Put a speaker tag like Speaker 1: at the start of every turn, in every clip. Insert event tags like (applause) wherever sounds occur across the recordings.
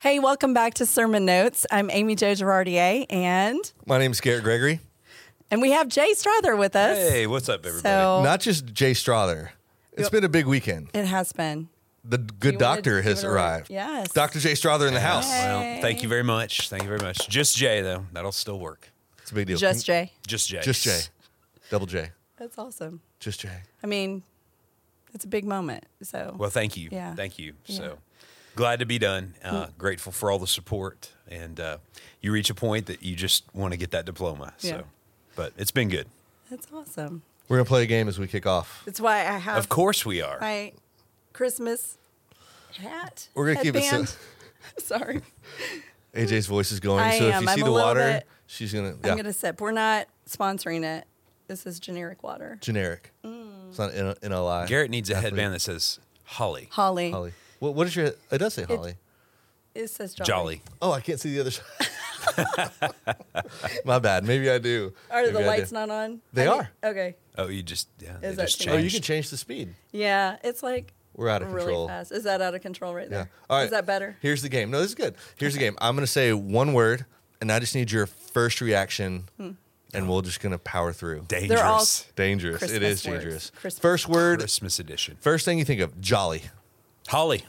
Speaker 1: Hey, welcome back to Sermon Notes. I'm Amy Jo Girardier, and
Speaker 2: My name's Garrett Gregory.
Speaker 1: and we have Jay Strother with us.
Speaker 3: Hey, what's up, everybody?
Speaker 1: so
Speaker 2: Not just Jay Strother. It's been a big weekend.
Speaker 1: it has been.
Speaker 2: The good
Speaker 4: wanna
Speaker 2: doctor
Speaker 4: give
Speaker 2: has
Speaker 4: it a-
Speaker 2: arrived.
Speaker 1: Yes.
Speaker 2: Dr. Jay Strother in the house.
Speaker 1: Hey.
Speaker 3: Well, thank you very much. Thank you very much. Just Jay though. That'll still work.
Speaker 2: It's a big deal. Mm,
Speaker 1: Just Jay.
Speaker 3: Just Jay.
Speaker 2: Just Jay. Double J.
Speaker 1: That's awesome.
Speaker 2: Just Jay.
Speaker 1: I mean, it's a big moment. So
Speaker 3: Well, thank you.
Speaker 1: Yeah.
Speaker 3: Thank you.
Speaker 1: Yeah. Mm.
Speaker 3: So glad to be done. Uh, Grateful for all the support. And uh, you reach a point that you just want to get that diploma.
Speaker 1: Yeah.
Speaker 3: So, but it's been good.
Speaker 1: that's awesome.
Speaker 2: We're going to play a game as we kick off.
Speaker 1: That's why I have
Speaker 3: Of course we are.
Speaker 1: my Christmas hat.
Speaker 2: We're going to keep it.
Speaker 1: headband.
Speaker 2: So,
Speaker 1: (laughs) Sorry.
Speaker 2: AJ's voice is going.
Speaker 1: I
Speaker 2: so if
Speaker 1: am.
Speaker 2: you see
Speaker 1: I'm a
Speaker 2: the
Speaker 1: little
Speaker 2: water,
Speaker 1: bit-
Speaker 2: she's going to.
Speaker 1: I'm
Speaker 2: Yeah.
Speaker 1: gonna sip. We're not sponsoring it. This is generic water.
Speaker 2: Generic.
Speaker 1: Mm.
Speaker 2: It's not N- NLI.
Speaker 3: Garrett needs a
Speaker 2: Athlete.
Speaker 3: headband that says Holly.
Speaker 1: Holly.
Speaker 2: Holly. What, what is your. It does say Holly.
Speaker 1: It says jolly.
Speaker 3: Jolly.
Speaker 2: oh, I can't see the other side.
Speaker 1: (laughs)
Speaker 2: (laughs) My bad. Maybe I do.
Speaker 1: Are
Speaker 2: Maybe
Speaker 1: the
Speaker 2: I
Speaker 1: lights
Speaker 2: do.
Speaker 1: not on?
Speaker 2: They
Speaker 1: I need-
Speaker 2: are.
Speaker 1: okay.
Speaker 3: Oh, you just yeah. They
Speaker 1: Is that
Speaker 3: just
Speaker 1: too
Speaker 3: changed.
Speaker 1: much?
Speaker 2: Oh, you can change the speed.
Speaker 1: Yeah, it's like
Speaker 2: We're out of
Speaker 1: really
Speaker 2: control.
Speaker 1: fast. Is that out of control right
Speaker 2: Yeah.
Speaker 1: there?
Speaker 2: All right.
Speaker 1: Is that better?
Speaker 2: Here's the game. No, this is good. Here's the game. I'm going to say one word, and I just need your first reaction,
Speaker 1: Hmm.
Speaker 2: and we're just going to power through.
Speaker 3: Dangerous.
Speaker 1: They're all-
Speaker 2: dangerous. it
Speaker 1: Christmas
Speaker 2: is
Speaker 1: words.
Speaker 2: dangerous.
Speaker 1: Christmas.
Speaker 2: First word,
Speaker 3: Christmas edition.
Speaker 2: first thing you think of jolly,
Speaker 3: Holly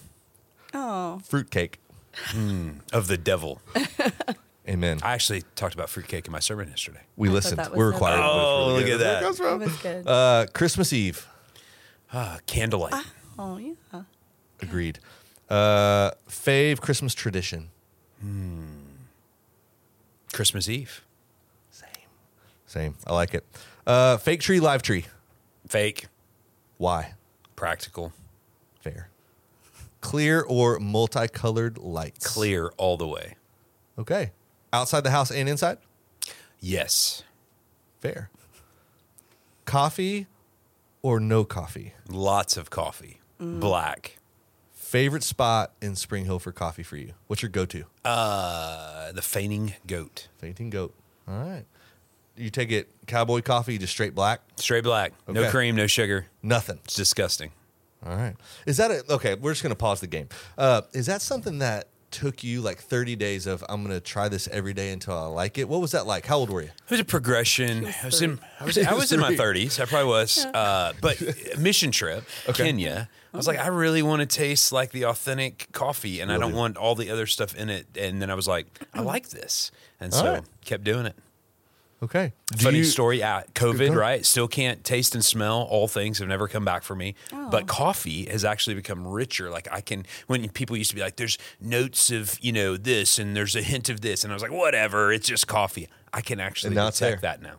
Speaker 1: Oh,
Speaker 2: fruitcake.
Speaker 3: of the devil.
Speaker 2: Amen.
Speaker 3: I actually talked about fruitcake in my sermon yesterday.
Speaker 2: we
Speaker 1: thought
Speaker 2: listened.
Speaker 1: that was
Speaker 2: We're
Speaker 1: so
Speaker 2: required.
Speaker 3: bad. Oh,
Speaker 2: It was
Speaker 3: look at
Speaker 2: good.
Speaker 3: that.
Speaker 2: That's
Speaker 1: that
Speaker 2: where it
Speaker 1: was
Speaker 2: comes
Speaker 1: good.
Speaker 2: from. Uh, Christmas Eve.
Speaker 3: Ah, candlelight.
Speaker 1: oh yeah.
Speaker 2: Agreed. Uh, fave Christmas tradition.
Speaker 3: Christmas Eve.
Speaker 2: Same. Same. I like it. Uh, fake tree, live tree.
Speaker 3: Fake.
Speaker 2: Why?
Speaker 3: Practical.
Speaker 2: Fair. Clear or multicolored lights?
Speaker 3: Clear all the way.
Speaker 2: Okay. Outside the house and inside?
Speaker 3: Yes.
Speaker 2: Fair. Coffee or no coffee?
Speaker 3: Lots of coffee. Black.
Speaker 2: Favorite spot in Spring Hill for coffee for you? What's your go to?
Speaker 3: Uh, the fainting goat.
Speaker 2: Fainting goat. All right. You take it cowboy coffee, just straight black?
Speaker 3: Straight black.
Speaker 2: Okay.
Speaker 3: No cream, no sugar.
Speaker 2: Nothing.
Speaker 3: It's disgusting.
Speaker 2: All right. Is that a, okay? We're just going to pause the game. Uh, is that something that took you like 30 days of, I'm going to try this every day until I like it? What was that like? How old were you?
Speaker 3: It was a progression. I was in I was,
Speaker 2: He
Speaker 3: I
Speaker 2: was
Speaker 3: was in
Speaker 2: (laughs)
Speaker 3: my
Speaker 2: three.
Speaker 3: 30s. I probably was. Uh, but
Speaker 2: (laughs)
Speaker 3: mission trip, Kenya. I was like, I really want to taste like the authentic coffee and I don't
Speaker 2: Really?
Speaker 3: want all the other stuff in it. And then I was like, I like this. And
Speaker 2: All
Speaker 3: so
Speaker 2: right.
Speaker 3: kept doing it.
Speaker 2: Okay. Do
Speaker 3: Funny
Speaker 2: you-
Speaker 3: story, yeah,
Speaker 2: ahead.
Speaker 3: COVID, right? Still can't taste and smell. All things have never come back for me.
Speaker 1: Oh.
Speaker 3: But coffee has actually become richer. Like I can, when people used to be like, there's notes of, you know, this and there's a hint of this. And I was like, whatever, it's just coffee. I can actually
Speaker 2: And now
Speaker 3: detect
Speaker 2: it's there.
Speaker 3: that now.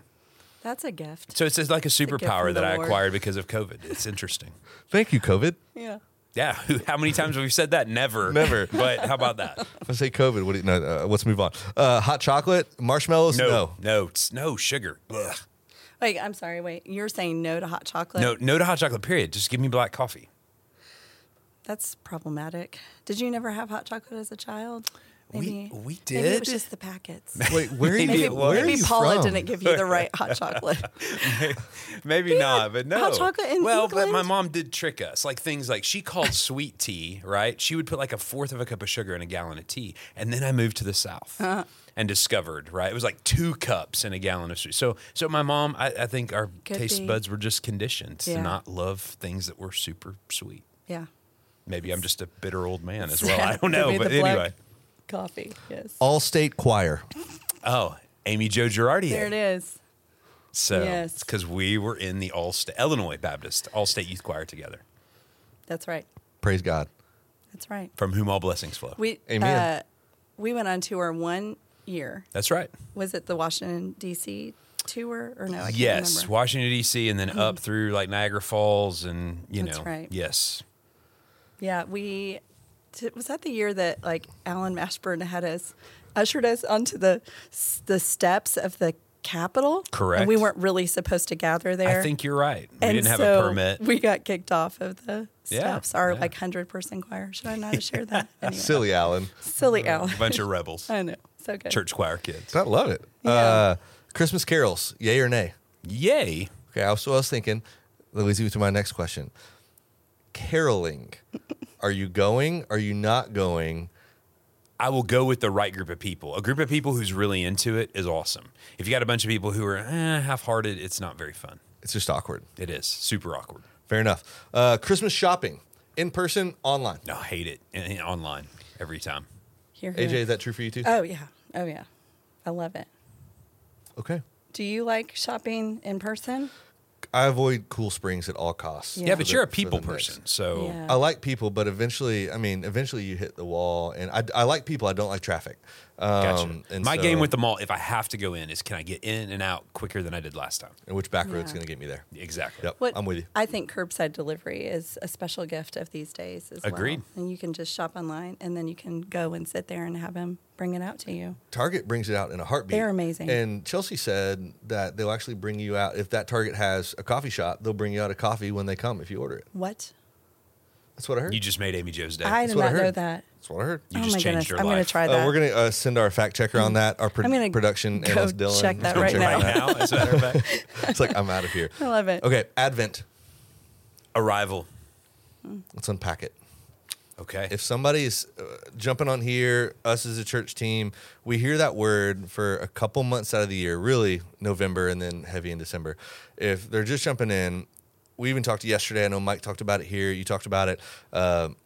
Speaker 1: That's a gift.
Speaker 3: So it's just like a
Speaker 1: gift
Speaker 3: superpower
Speaker 1: from
Speaker 3: that
Speaker 1: the
Speaker 3: I
Speaker 1: Lord.
Speaker 3: acquired because of COVID. It's interesting.
Speaker 2: Thank you, COVID.
Speaker 1: Yeah.
Speaker 3: Yeah. (laughs) How many times have we said that? Never.
Speaker 2: Never.
Speaker 3: (laughs) But how
Speaker 2: (laughs)
Speaker 3: about that?
Speaker 2: If I say COVID, what do you, no, uh, let's move on. Uh, hot chocolate, marshmallows?
Speaker 3: No. No. No, it's- no sugar. Ugh.
Speaker 1: Wait, I'm sorry. Wait, you're saying no to hot chocolate?
Speaker 3: No, no to hot chocolate, period. Just give me black coffee.
Speaker 1: That's problematic. Did you never have hot chocolate as a child?
Speaker 3: We- we
Speaker 1: Maybe it was
Speaker 3: did.
Speaker 1: just the packets.
Speaker 2: Wait, where are
Speaker 1: (laughs)
Speaker 2: you?
Speaker 1: Maybe,
Speaker 2: where are
Speaker 1: maybe
Speaker 2: you
Speaker 1: Paula
Speaker 2: from?
Speaker 1: didn't give you the right
Speaker 2: (laughs)
Speaker 1: hot chocolate.
Speaker 3: Maybe not, but no.
Speaker 1: hot chocolate in
Speaker 3: well, but my
Speaker 1: England?
Speaker 3: mom did trick us. Like things like she called sweet tea, right? She would put like a fourth of a cup of sugar in a gallon of tea. And then I moved to the South
Speaker 1: Uh-huh.
Speaker 3: and discovered, right? It was like two cups in a gallon of sweet. So, so my mom, I, I think our
Speaker 1: Could
Speaker 3: taste
Speaker 1: be.
Speaker 3: buds were just conditioned
Speaker 1: Yeah.
Speaker 3: to not love things that were super sweet.
Speaker 1: yeah.
Speaker 3: Maybe I'm just a bitter old
Speaker 1: (laughs)
Speaker 3: man as well. I don't know,
Speaker 1: Maybe
Speaker 3: but
Speaker 1: the black
Speaker 3: anyway.
Speaker 1: Coffee. Yes.
Speaker 2: Oh, All-state choir.
Speaker 3: Oh, Amy Jo Girardi.
Speaker 1: There it is.
Speaker 3: So,
Speaker 1: Yes.
Speaker 3: because we were in the All State Illinois Baptist All State Youth Choir together,
Speaker 1: That's right.
Speaker 2: Praise God.
Speaker 1: That's right.
Speaker 3: from whom all blessings flow.
Speaker 1: We
Speaker 2: Amen.
Speaker 1: Uh, we went on tour one year.
Speaker 3: That's right.
Speaker 1: Was it the Washington D.C. tour or no? I can't
Speaker 3: yes,
Speaker 1: remember. Mm-hmm.
Speaker 3: Washington D.C. and then up through like Niagara Falls and you
Speaker 1: That's
Speaker 3: know,
Speaker 1: right.
Speaker 3: yes,
Speaker 1: Yeah, we t- was that the year that like Alan Mashburn had us ushered us onto the s- the steps of the Capitol. And we
Speaker 3: Correct.
Speaker 1: weren't really supposed to gather there.
Speaker 3: I think you're right. We
Speaker 1: and
Speaker 3: didn't have
Speaker 1: so
Speaker 3: a permit.
Speaker 1: We got kicked off of the
Speaker 3: Yeah,
Speaker 1: steps. Our
Speaker 3: yeah.
Speaker 1: like hundred person choir. Should I not have shared
Speaker 3: (laughs)
Speaker 1: that? Anyway.
Speaker 2: Silly Alan.
Speaker 1: silly Alan.
Speaker 3: a bunch of
Speaker 1: (laughs)
Speaker 3: rebels,
Speaker 1: I know. So good.
Speaker 3: church choir kids.
Speaker 2: I love it.
Speaker 1: Yeah.
Speaker 2: Uh, Christmas carols, yay or nay?
Speaker 3: Yay!
Speaker 2: Okay, I was, I was thinking, that leads me to my next question.
Speaker 1: (laughs)
Speaker 2: Caroling. Are you going? Are you not going?
Speaker 3: I will go with the right group of people. A group of people who's really into it is awesome. If you got a bunch of people who are eh, half-hearted, it's not very fun.
Speaker 2: It's just awkward.
Speaker 3: It is super awkward.
Speaker 2: Fair enough. Uh, Christmas shopping, in person, online.
Speaker 3: No, I hate it and, and online every time.
Speaker 1: Here, here.
Speaker 2: AJ, is that true for you too?
Speaker 1: Oh yeah. Oh yeah. I love it.
Speaker 2: okay.
Speaker 1: Do you like shopping in person?
Speaker 2: I avoid cool springs at all costs.
Speaker 1: Yeah.
Speaker 3: Yeah,
Speaker 1: Yeah,
Speaker 3: but
Speaker 2: for the-
Speaker 3: you're a
Speaker 2: for the
Speaker 3: people
Speaker 2: next-
Speaker 3: person, so
Speaker 1: Yeah.
Speaker 2: I like people, but eventually, I mean, eventually you hit the wall. And I, I like people. I don't like traffic. Um,
Speaker 3: gotcha.
Speaker 2: and
Speaker 3: My
Speaker 2: so-
Speaker 3: game with the mall, if I have to go in, is can I get in and out quicker than I did last time?
Speaker 2: and which back road's
Speaker 1: Yeah.
Speaker 2: going to get me there?
Speaker 3: Exactly.
Speaker 2: Yep. I'm with you.
Speaker 1: I think curbside delivery is a special gift of these days as
Speaker 3: Agreed.
Speaker 1: well. And you can just shop online and then you can go and sit there and have them bring it out to you.
Speaker 2: Target brings it out in a heartbeat.
Speaker 1: They're amazing.
Speaker 2: And Chelsea said that they'll actually bring you out if that Target has a coffee shop. They'll bring you out a coffee when they come if you order it.
Speaker 1: What?
Speaker 2: That's what I heard.
Speaker 3: You just made Amy Joe's day.
Speaker 1: I
Speaker 2: That's
Speaker 1: did
Speaker 2: what I
Speaker 1: not know
Speaker 2: heard.
Speaker 1: that.
Speaker 2: That's what I heard.
Speaker 3: You
Speaker 1: oh
Speaker 3: just
Speaker 1: my
Speaker 3: changed
Speaker 1: goodness.
Speaker 3: your
Speaker 1: I'm going
Speaker 3: life.
Speaker 1: to try
Speaker 2: Uh,
Speaker 1: that.
Speaker 2: we're gonna uh, send our fact checker on that. Our
Speaker 1: (laughs)
Speaker 2: pro-
Speaker 1: I'm gonna
Speaker 2: production
Speaker 1: go
Speaker 2: analyst Dylan.
Speaker 1: check
Speaker 2: is
Speaker 1: that
Speaker 2: gonna
Speaker 1: right
Speaker 2: check
Speaker 1: now.
Speaker 3: right now. As a matter
Speaker 1: (laughs)
Speaker 3: of fact,
Speaker 2: it's like I'm out of here.
Speaker 1: I love it.
Speaker 2: Okay, Advent.
Speaker 3: arrival.
Speaker 2: Let's unpack it.
Speaker 3: Okay.
Speaker 2: If somebody's uh, jumping on here, us as a church team, we hear that word for a couple months out of the year, really November and then heavy in December. If they're just jumping in, we even talked yesterday. I know Mike talked about it here. You talked about it. Um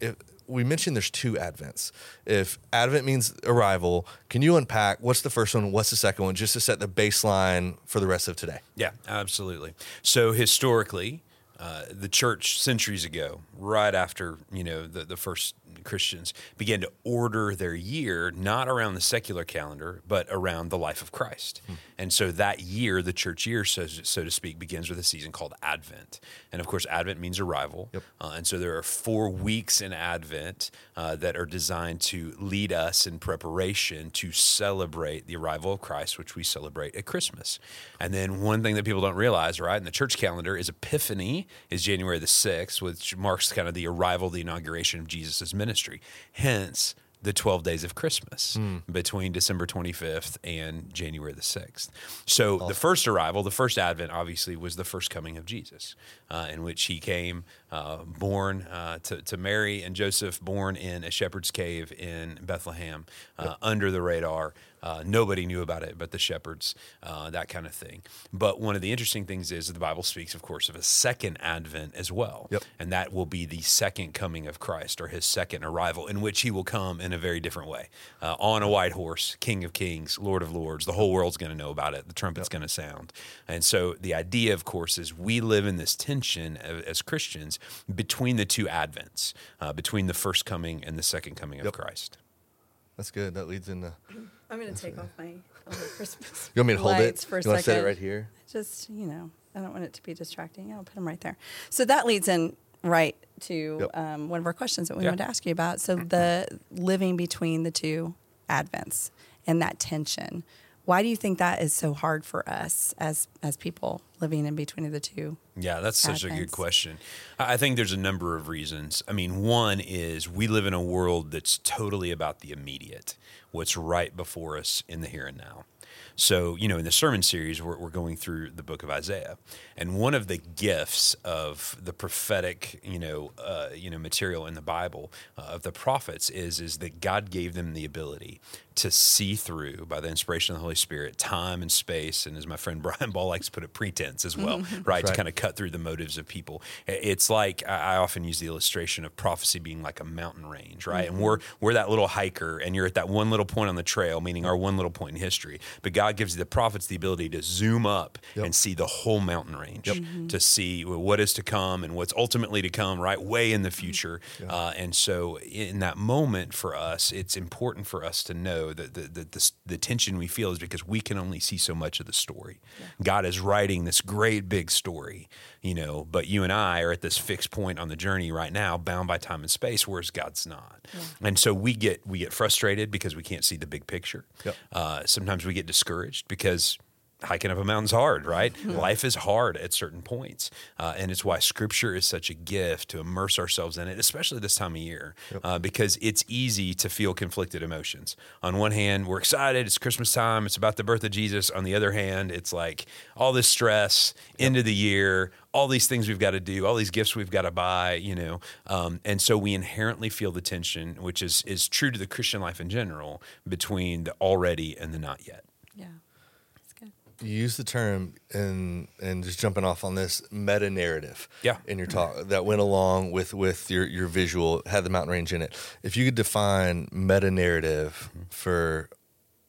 Speaker 2: if, we mentioned there's two Advents. If Advent means arrival, can you unpack what's the first one? What's the second one? Just to set the baseline for the rest of today.
Speaker 3: Yeah, absolutely. So historically, uh, the church centuries ago, right after you know the, the first Christians began to order their year not around the secular calendar, but around the life of Christ. And so that year, the church year, so, so to speak, begins with a season called Advent. And of course, Advent means arrival.
Speaker 2: Yep.
Speaker 3: Uh, and so there are four weeks in Advent uh, that are designed to lead us in preparation to celebrate the arrival of Christ, which we celebrate at Christmas. And then one thing that people don't realize, right, in the church calendar is Epiphany is January the 6th, which marks kind of the arrival, the inauguration of Jesus' ministry. Hence, the 12 days of Christmas between December 25th and January the 6th. So the first arrival, the first advent, obviously, was the first coming of Jesus, uh, in which he came uh, born uh, to, to Mary and Joseph, born in a shepherd's cave in Bethlehem, uh, under the radar. Uh, nobody knew about it but the shepherds, uh, that kind of thing. But one of the interesting things is that the Bible speaks, of course, of a second advent as well
Speaker 2: Yep.
Speaker 3: and that will be the second coming of Christ or his second arrival, in which he will come in a very different way uh, on a white horse, King of Kings, Lord of Lords. The whole world's going to know about it. The trumpet's going to sound. And so the idea, of course, is we live in this tension a- as Christians between the two advents, uh, between the first coming and the second coming of Christ.
Speaker 2: That's good. That leads into.
Speaker 1: I'm going to take off my all the Christmas
Speaker 2: You want me to hold
Speaker 1: lights
Speaker 2: it?
Speaker 1: for a
Speaker 2: you want to set it
Speaker 1: second.
Speaker 2: right here?
Speaker 1: Just, you know, I don't want it to be distracting. I'll put them right there. So that leads in right to
Speaker 2: Yep.
Speaker 1: um, one of our questions that we
Speaker 3: Yeah.
Speaker 1: wanted to ask you about. So the living between the two advents and that tension. Why do you think that is so hard for us as as people living in between the two?
Speaker 3: Yeah, that's such a good
Speaker 1: Advents.
Speaker 3: question. I I think there's a number of reasons. I mean, one is we live in a world that's totally about the immediate, what's right before us in the here and now. So, you know, in the sermon series, we're, we're going through the book of Isaiah. And one of the gifts of the prophetic, you know, uh, you know, material in the Bible uh, of the prophets is, is that God gave them the ability to see through by the inspiration of the Holy Spirit, time and space. And as my friend (laughs) Brian Ball likes to put it, pretense as well, right? To
Speaker 2: Right.
Speaker 3: kind of cut through the motives of people. I- It's like I I often use the illustration of prophecy being like a mountain range, right? And we're we're that little hiker, and you're at that one little point on the trail, meaning our one little point in history. But God gives the prophets the ability to zoom up
Speaker 2: Yep.
Speaker 3: and see the whole mountain range, to see what is to come and what's ultimately to come, right, way in the future. Uh, and so, in that moment for us, it's important for us to know that the the, the, the tension we feel is because we can only see so much of the story. God is writing this great big story, you know, but you and I are at this fixed point on the journey right now, bound by time and space, whereas God's not. And so we get we get frustrated because we can't see the big picture.
Speaker 2: Yep.
Speaker 3: Uh, sometimes we get discouraged because hiking up a mountain's hard, right? Life is hard at certain points, uh, and it's why Scripture is such a gift to immerse ourselves in it, especially this time of year, uh, because it's easy to feel conflicted emotions. On one hand, we're excited; it's Christmas time; it's about the birth of Jesus. On the other hand, it's like all this stress, end of the year, all these things we've got to do, all these gifts we've got to buy, you know, um, and so we inherently feel the tension, which is is true to the Christian life in general, between the already and the not yet.
Speaker 1: Yeah. It's good.
Speaker 2: you use the term and and just jumping off on this meta narrative
Speaker 3: Yeah.
Speaker 2: in your talk that went along with with your your visual had the mountain range in it if you could define meta narrative for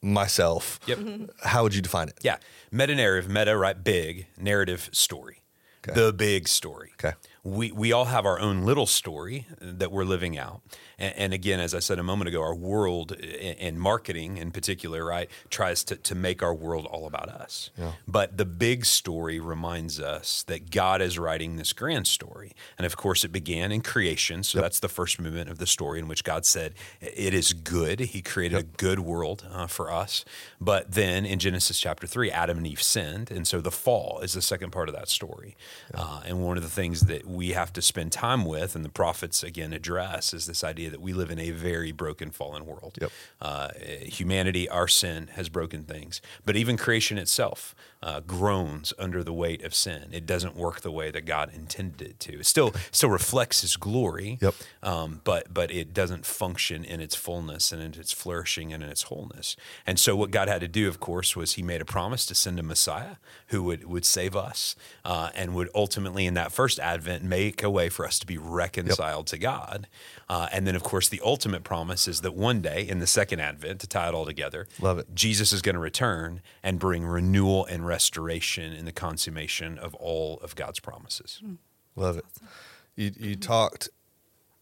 Speaker 2: myself
Speaker 3: Mm-hmm. Yep.
Speaker 2: how would you define it
Speaker 3: Yeah. Meta narrative, meta, right? Big narrative story.
Speaker 2: Okay.
Speaker 3: The big story.
Speaker 2: Okay.
Speaker 3: We, we all have our own little story uh, that we're living out. And, and again, as I said a moment ago, our world and, and marketing in particular, right, tries to, to make our world all about us.
Speaker 2: Yeah.
Speaker 3: But the big story reminds us that God is writing this grand story. And of course, it began in creation. So that's the first movement of the story in which God said, It is good. He created a good world uh, for us. But then in Genesis chapter three, Adam and Eve sinned. And so the fall is the second part of that story. Uh, and one of the things that we have to spend time with, and the prophets again address, is this idea that we live in a very broken, fallen world
Speaker 2: Yep.
Speaker 3: uh, humanity, our sin has broken things. But even creation itself uh, groans under the weight of sin. It doesn't work the way that God intended it to. It still still reflects His glory,
Speaker 2: Yep.
Speaker 3: um, but but it doesn't function in its fullness and in its flourishing and in its wholeness. And so what God had to do, of course, was He made a promise to send a Messiah who would would save us uh, and would ultimately, in that first Advent, make a way for us to be reconciled to God. Uh, and then, of course, the ultimate promise is that one day, in the second Advent, to tie it all together,
Speaker 2: Love it.
Speaker 3: Jesus is going to return and bring renewal and restoration in the consummation of all of God's promises.
Speaker 2: love it you you talked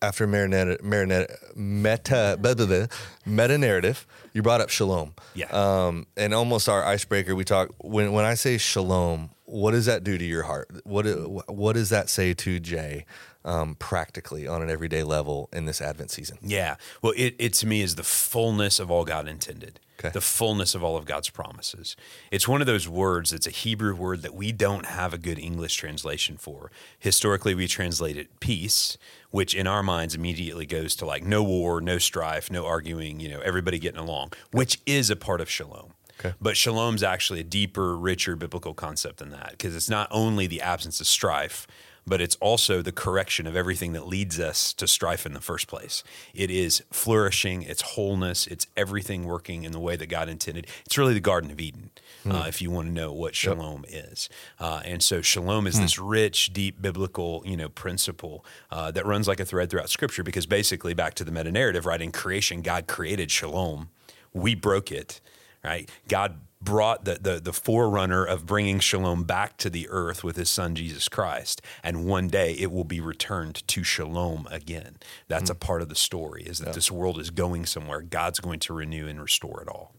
Speaker 2: after marinetta, marinetta, meta blah, blah, blah, meta narrative you brought up shalom
Speaker 3: Yeah.
Speaker 2: um, and almost our icebreaker we talk when when I say shalom, what does that do to your heart? What do- what does that say to Jay um, practically on an everyday level in this Advent season?
Speaker 3: Yeah. Well, it, it to me is the fullness of all God intended.
Speaker 2: Okay.
Speaker 3: The fullness of all of God's promises. It's one of those words that's a Hebrew word that we don't have a good English translation for. Historically, we translate it peace, which in our minds immediately goes to like no war, no strife, no arguing, you know, everybody getting along, which is a part of shalom.
Speaker 2: Okay.
Speaker 3: But shalom's actually a deeper, richer biblical concept than that because it's not only the absence of strife, but it's also the correction of everything that leads us to strife in the first place. It is flourishing, it's wholeness, it's everything working in the way that God intended. It's really the Garden of Eden, uh, if you want to know what shalom is. Uh, and so shalom is this rich, deep biblical, you know, principle uh, that runs like a thread throughout Scripture because basically, back to the meta narrative, right? In creation, God created shalom. We broke it right? God brought the, the the forerunner of bringing shalom back to the earth with his son Jesus Christ and one day it will be returned to shalom again that's a part of the story is that this world is going somewhere God's going to renew and restore it all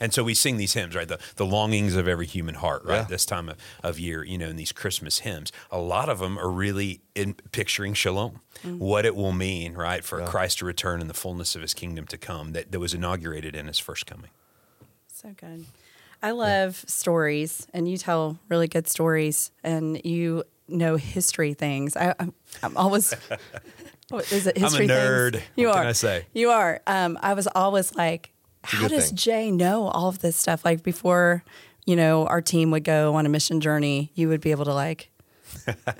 Speaker 3: and so we sing these hymns, right? The, the longings of every human heart, right?
Speaker 2: Yeah.
Speaker 3: This time of, of year, you know, in these Christmas hymns. A lot of them are really in picturing shalom, what it will mean, right, for Christ to return in the fullness of his kingdom to come that, that was inaugurated in his first coming.
Speaker 1: So good. I love stories, and you tell really good stories, and you know history things. I, I'm, I'm
Speaker 3: (laughs)
Speaker 1: always. What is it
Speaker 3: a
Speaker 1: history?
Speaker 3: nerd.
Speaker 1: Things? You
Speaker 3: What
Speaker 1: are.
Speaker 3: can I say?
Speaker 1: You are. Um, I was always like,
Speaker 2: a
Speaker 1: how
Speaker 2: good
Speaker 1: does
Speaker 2: thing.
Speaker 1: Jay know all of this stuff? Like before, you know, our team would go on a mission journey, you would be able to
Speaker 3: (laughs)
Speaker 1: like,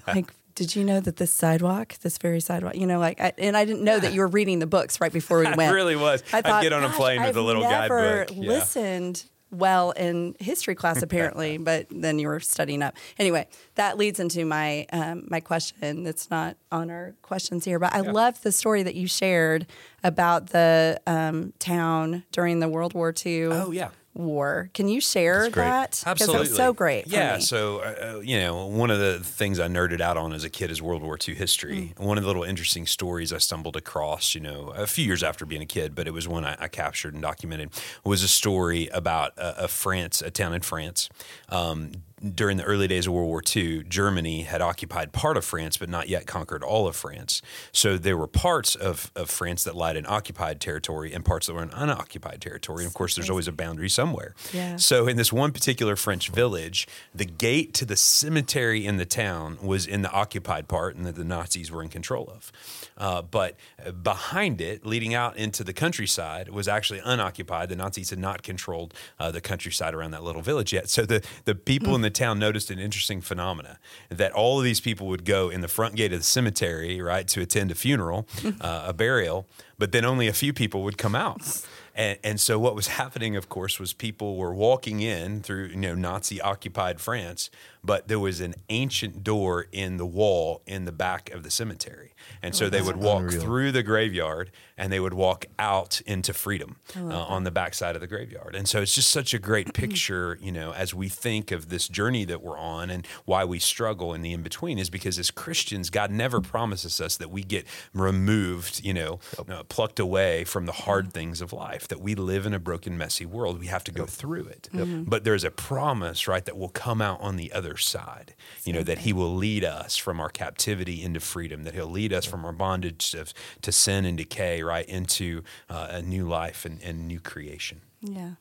Speaker 1: like. Did you know that this sidewalk, this very sidewalk, you know, like, I, and I didn't know that you were reading the books right
Speaker 3: (laughs)
Speaker 1: before we went.
Speaker 3: It really was.
Speaker 1: I
Speaker 3: I'd
Speaker 1: thought,
Speaker 3: get on a
Speaker 1: "Gosh,
Speaker 3: plane with
Speaker 1: I've
Speaker 3: a little
Speaker 1: never
Speaker 3: guidebook." Yeah.
Speaker 1: Listened well in history class apparently, but then you were studying up. Anyway, that leads into my um, my question. That's not on our questions here, but I love the story that you shared about the um, town during the World War II.
Speaker 3: Oh, yeah.
Speaker 1: War. Can you share
Speaker 2: great.
Speaker 1: that? Because it was so great. for
Speaker 3: Yeah.
Speaker 1: me.
Speaker 3: So uh, uh, you know, one of the things I nerded out on as a kid is World War II history.
Speaker 1: Mm.
Speaker 3: One of the little interesting stories I stumbled across, you know, a few years after being a kid, but it was one I, I captured and documented, was a story about a, a France, a town in France. Um, during the early days of World War II, Germany had occupied part of France, but not yet conquered all of France. So there were parts of, of France that lied in occupied territory and parts that were in unoccupied territory. And of course, there's always a boundary somewhere.
Speaker 1: Yeah.
Speaker 3: So in this one particular French village, the gate to the cemetery in the town was in the occupied part and that the Nazis were in control of. Uh, but behind it, leading out into the countryside, was actually unoccupied. The Nazis had not controlled uh, the countryside around that little village yet. So the, the people in the town noticed an interesting phenomena that all of these people would go in the front gate of the cemetery, right, to attend a funeral, (laughs) uh, a burial, but then only a few people would come out. And, and so what was (laughs) happening, of course, was people were walking in through you know Nazi occupied France, but there was an ancient door in the wall in the back of the cemetery, and so they would walk
Speaker 2: unreal.
Speaker 3: through the graveyard and they would walk out into freedom uh, on the backside of the graveyard. And so it's just such a great picture, you know, as we think of this journey that we're on and why we struggle in the in between is because as Christians, God never promises us that we get removed, you know, uh, plucked away from the hard things of life, that we live in a broken, messy world. We have to go through it. But there's a promise, right, that will come out on the other side, you know, that He will lead us from our captivity into freedom, that He'll lead us from our bondage of, to sin and decay, right, into uh, a new life and, and new creation.
Speaker 1: Yeah.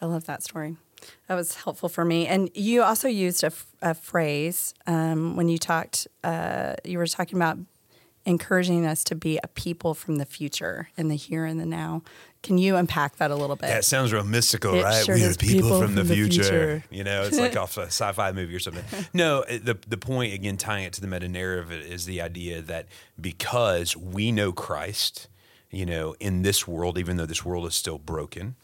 Speaker 1: I love that story. That was helpful for me. And you also used a, f- a phrase um, when you talked, uh, you were talking about encouraging us to be a people from the future and the here and the now. Can you unpack that a little bit?
Speaker 3: That sounds real mystical,
Speaker 1: It
Speaker 3: right?
Speaker 1: sure
Speaker 3: we are
Speaker 1: is
Speaker 3: people,
Speaker 1: people
Speaker 3: from the,
Speaker 1: from the
Speaker 3: future.
Speaker 1: future.
Speaker 3: You know, it's like off a sci-fi movie
Speaker 1: (laughs)
Speaker 3: or something. No, it- the the point again, tying it to the meta narrative, is the idea that because we know Christ, you know, in this world, even though this world is still broken.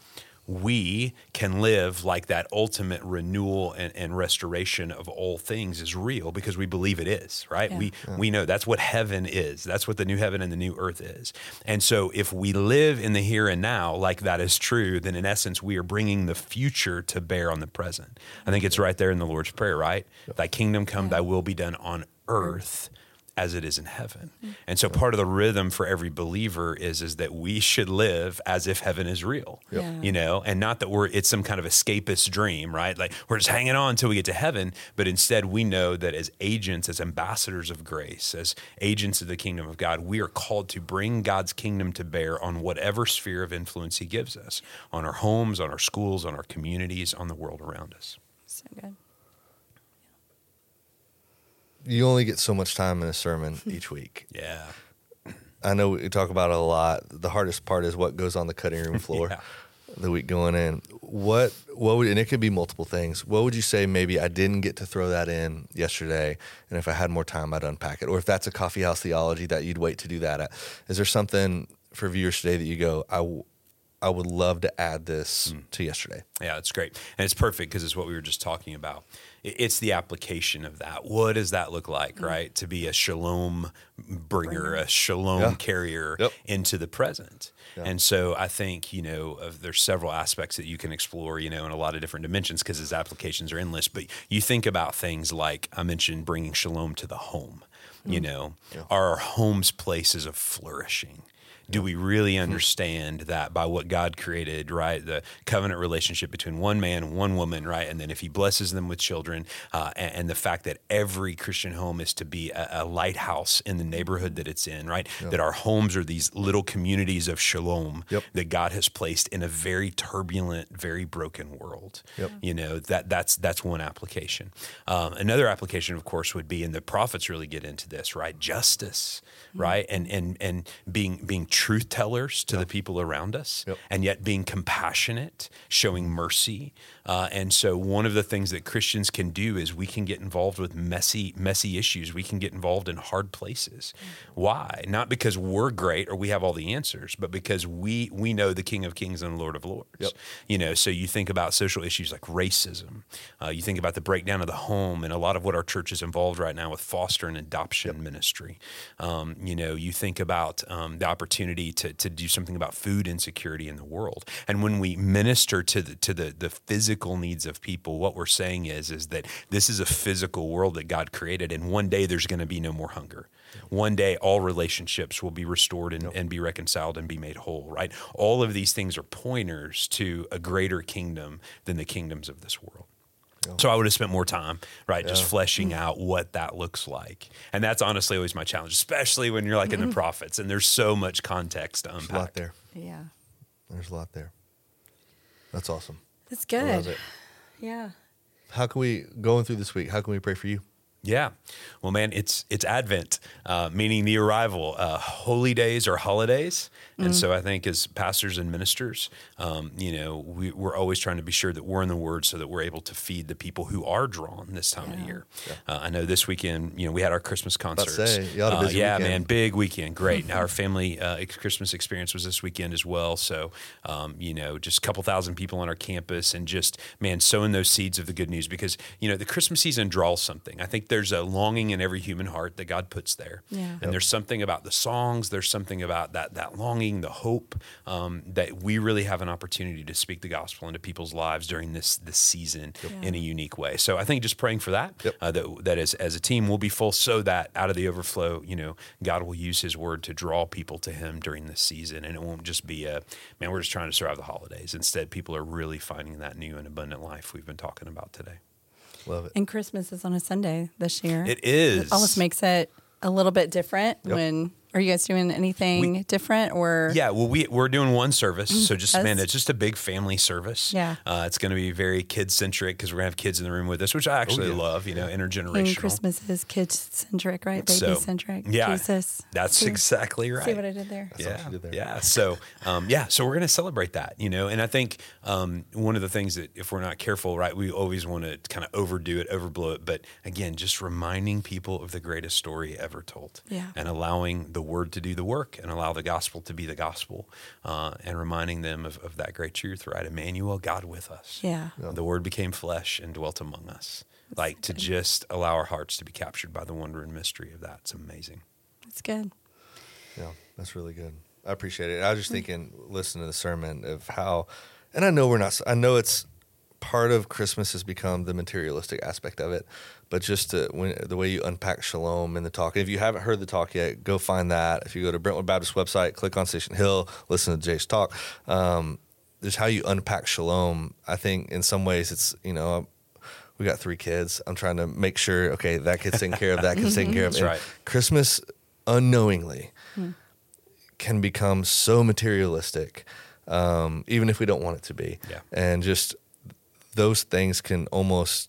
Speaker 3: We can live like that ultimate renewal and, and restoration of all things is real because we believe it is, right?
Speaker 1: Yeah.
Speaker 3: We we know that's what heaven is. That's what the new heaven and the new earth is. And so if we live in the here and now like that is true, then in essence, we are bringing the future to bear on the present. I think it's right there in the Lord's Prayer, right? Thy kingdom come, thy will be done on earth as it is in heaven. And so part of the rhythm for every believer is is that we should live as if heaven is real.
Speaker 1: Yep. Yeah.
Speaker 3: You know, and not that we're it's some kind of escapist dream, right? Like we're just hanging on until we get to heaven, but instead we know that as agents, as ambassadors of grace, as agents of the kingdom of God, we are called to bring God's kingdom to bear on whatever sphere of influence he gives us, on our homes, on our schools, on our communities, on the world around us.
Speaker 1: so good.
Speaker 2: You only get so much time in a sermon each week.
Speaker 3: Yeah.
Speaker 2: I know we talk about it a lot. The hardest part is what goes on the cutting
Speaker 3: (laughs)
Speaker 2: room floor
Speaker 3: Yeah.
Speaker 2: the week going in. What what would and it could be multiple things. What would you say maybe I didn't get to throw that in yesterday and if I had more time I'd unpack it or if that's a coffee house theology that you'd wait to do that at. Is there something for viewers today that you go I w- I would love to add this
Speaker 3: Hmm.
Speaker 2: to yesterday.
Speaker 3: Yeah, it's great. And it's perfect because it's what we were just talking about. I- It's the application of that. What does that look like,
Speaker 2: Mm.
Speaker 3: right? To be a shalom bringer, a shalom
Speaker 2: Yeah.
Speaker 3: carrier
Speaker 2: Yep.
Speaker 3: into the present. And so I think, you know, of, there's several aspects that you can explore, you know, in a lot of different dimensions because his applications are endless. But you think about things like I mentioned bringing shalom to the home.
Speaker 2: Mm.
Speaker 3: You know, are our homes places of flourishing? Do we really understand that by what God created, right? The covenant relationship between one man and one woman, right? And then if he blesses them with children, uh, and, and the fact that every Christian home is to be a, a lighthouse in the neighborhood that it's in, right? That our homes are these little communities of shalom
Speaker 2: Yep.
Speaker 3: that God has placed in a very turbulent, very broken world.
Speaker 2: Yep.
Speaker 3: You know that that's that's one application. Um, another application, of course, would be, and the prophets really get into this, right? Justice,
Speaker 2: Mm.
Speaker 3: right, and and and being being truth tellers to the people around us,
Speaker 2: Yep.
Speaker 3: and yet being compassionate, showing mercy. Uh, and so, one of the things that Christians can do is we can get involved with messy messy issues. We can get involved in hard places. Why? Not because we're great or we have all the answers, but because we we know the King of Kings and Lord of Lords. You know, so you think about social issues like racism. Uh, you think about the breakdown of the home and a lot of what our church is involved right now with foster and adoption ministry. Um, you know, you think about um, the opportunity to, to do something about food insecurity in the world. And when we minister to the to the the physical needs of people, what we're saying is is that this is a physical world that God created, and one day there's going to be no more hunger. One day, all relationships will be restored and, and be reconciled and be made whole, right? All of these things are pointers to a greater kingdom than the kingdoms of this world. So I would have spent more time, right, just
Speaker 2: Mm.
Speaker 3: fleshing out what that looks like. And that's honestly always my challenge, especially when you're like in the profits and there's so much context to
Speaker 2: Mm-hmm. There's a lot
Speaker 3: unpack.
Speaker 2: there.
Speaker 1: Yeah.
Speaker 2: There's a lot there. That's awesome.
Speaker 1: That's
Speaker 2: I love
Speaker 1: good.
Speaker 2: it.
Speaker 1: Yeah.
Speaker 2: How can we going through this week? How can we pray for you?
Speaker 3: Yeah. Well, man, it's it's Advent, uh, meaning the arrival. Uh, holy days or holidays.
Speaker 2: Mm-hmm.
Speaker 3: And so I think as pastors and ministers, um, you know, we, we're always trying to be sure that we're in the Word so that we're able to feed the people who are drawn this time
Speaker 1: Yeah.
Speaker 3: of year. Uh, I know this weekend, you know, we had our Christmas concerts.
Speaker 2: say, y'all had a
Speaker 3: Uh,
Speaker 2: busy
Speaker 3: yeah,
Speaker 2: weekend.
Speaker 3: man, big weekend. Great. Our family uh, ex- Christmas experience was this weekend as well. So, um, you know, just a couple thousand people on our campus and just, man, sowing those seeds of the good news because, you know, the Christmas season draws something. I think there's a longing in every human heart that God puts there.
Speaker 1: Yeah.
Speaker 3: And there's something about the songs, there's something about that, that longing, the hope um, that we really have an opportunity to speak the gospel into people's lives during this, this season in a unique way. So I think just praying for that,
Speaker 2: Yep.
Speaker 3: uh, that, that as, as a team we'll be full so that out of the overflow, you know, God will use his word to draw people to him during this season. And it won't just be a, man, we're just trying to survive the holidays. Instead, people are really finding that new and abundant life we've been talking about today.
Speaker 2: Love it.
Speaker 1: And Christmas is on a Sunday this year.
Speaker 3: It is.
Speaker 1: almost makes it a little bit different
Speaker 2: Yep.
Speaker 1: when are you guys doing anything different or
Speaker 3: Yeah, well, we we're doing one service, so just
Speaker 1: Us?
Speaker 3: man, it's just a big family service.
Speaker 1: Yeah.
Speaker 3: uh, it's going to be very kid centric because we're gonna have kids in the room with us, which I actually
Speaker 2: yeah.
Speaker 3: love. You know,
Speaker 1: and
Speaker 3: intergenerational.
Speaker 1: Christmas is kid centric, right?
Speaker 3: So,
Speaker 1: Baby centric.
Speaker 3: Yeah,
Speaker 1: Jesus.
Speaker 3: That's
Speaker 1: See-
Speaker 3: exactly right.
Speaker 1: See what I did there?
Speaker 2: That's all she did there.
Speaker 3: Yeah. So, um, yeah. So we're going to celebrate that, you know. And I think um, one of the things that if we're not careful, right, we always want to kind of overdo it, overblow it. But again, just reminding people of the greatest story ever told.
Speaker 1: Yeah.
Speaker 3: And allowing the word to do the work and allow the gospel to be the gospel uh, and reminding them of, of that great truth, right? Emmanuel, God with us.
Speaker 1: Yeah.
Speaker 3: The word became flesh and dwelt among us. Like to just allow our hearts to be captured by the wonder and mystery of that. It's amazing.
Speaker 1: That's good.
Speaker 2: Yeah, that's really good. I appreciate it. I was just thinking, listening to the sermon of how, and I know we're not. I know it's part of Christmas has become the materialistic aspect of it, but just to, when, the way you unpack shalom in the talk. If you haven't heard the talk yet, go find that. If you go to Brentwood Baptist website, click on Station Hill, listen to Jay's talk. Um, there's how you unpack shalom. I think in some ways it's you know. We got three kids. I'm trying to make sure, okay, that kid's taken care of, that kid's
Speaker 3: (laughs)
Speaker 2: taken care of.
Speaker 3: That's
Speaker 2: And
Speaker 3: right.
Speaker 2: Christmas unknowingly can become so materialistic, um, even if we don't want it to be.
Speaker 3: Yeah.
Speaker 2: And just those things can almost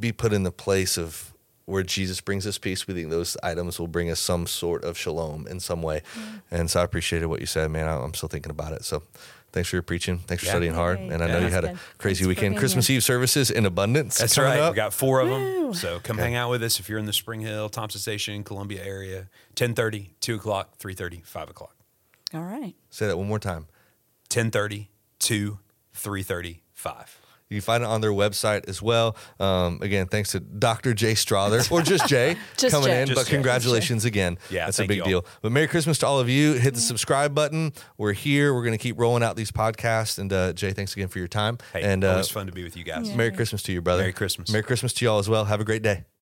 Speaker 2: be put in the place of where Jesus brings us peace. We think those items will bring us some sort of shalom in some way.
Speaker 1: Mm-hmm.
Speaker 2: And so I appreciated what you said, man. I- I'm still thinking about it. So thanks for your preaching. Thanks for
Speaker 3: Yeah.
Speaker 2: studying hard.
Speaker 1: Yay.
Speaker 2: And I
Speaker 3: Yeah.
Speaker 2: know you had a
Speaker 1: That's good.
Speaker 2: crazy
Speaker 1: Thanks for
Speaker 2: weekend.
Speaker 1: being
Speaker 2: Christmas
Speaker 1: here.
Speaker 2: Eve services in abundance.
Speaker 3: That's
Speaker 2: coming
Speaker 3: right.
Speaker 2: up.
Speaker 3: We got four of them. So come hang out with us if you're in the Spring Hill, Thompson Station, Columbia area. 10.30, 2 o'clock, 3.30, 5 o'clock.
Speaker 1: All right.
Speaker 2: Say that one more time.
Speaker 3: 10.30, 2, 3.30, 5.
Speaker 2: You can find it on their website as well. Um, again, thanks to Dr. Jay Strother or just Jay
Speaker 1: Just
Speaker 2: coming
Speaker 1: Jay.
Speaker 2: in.
Speaker 1: Just
Speaker 2: but
Speaker 3: Jay.
Speaker 2: congratulations again.
Speaker 3: Yeah,
Speaker 2: that's a
Speaker 3: thank you
Speaker 2: big
Speaker 3: all.
Speaker 2: deal. But Merry Christmas to all of you. Hit the subscribe button. We're here. We're going to keep rolling out these podcasts. And uh, Jay, thanks again for your time.
Speaker 3: Hey,
Speaker 2: and uh,
Speaker 3: always fun to be with you guys.
Speaker 2: Merry Christmas to you, brother.
Speaker 3: Merry Christmas.
Speaker 2: Merry Christmas to you all as well. Have a great day.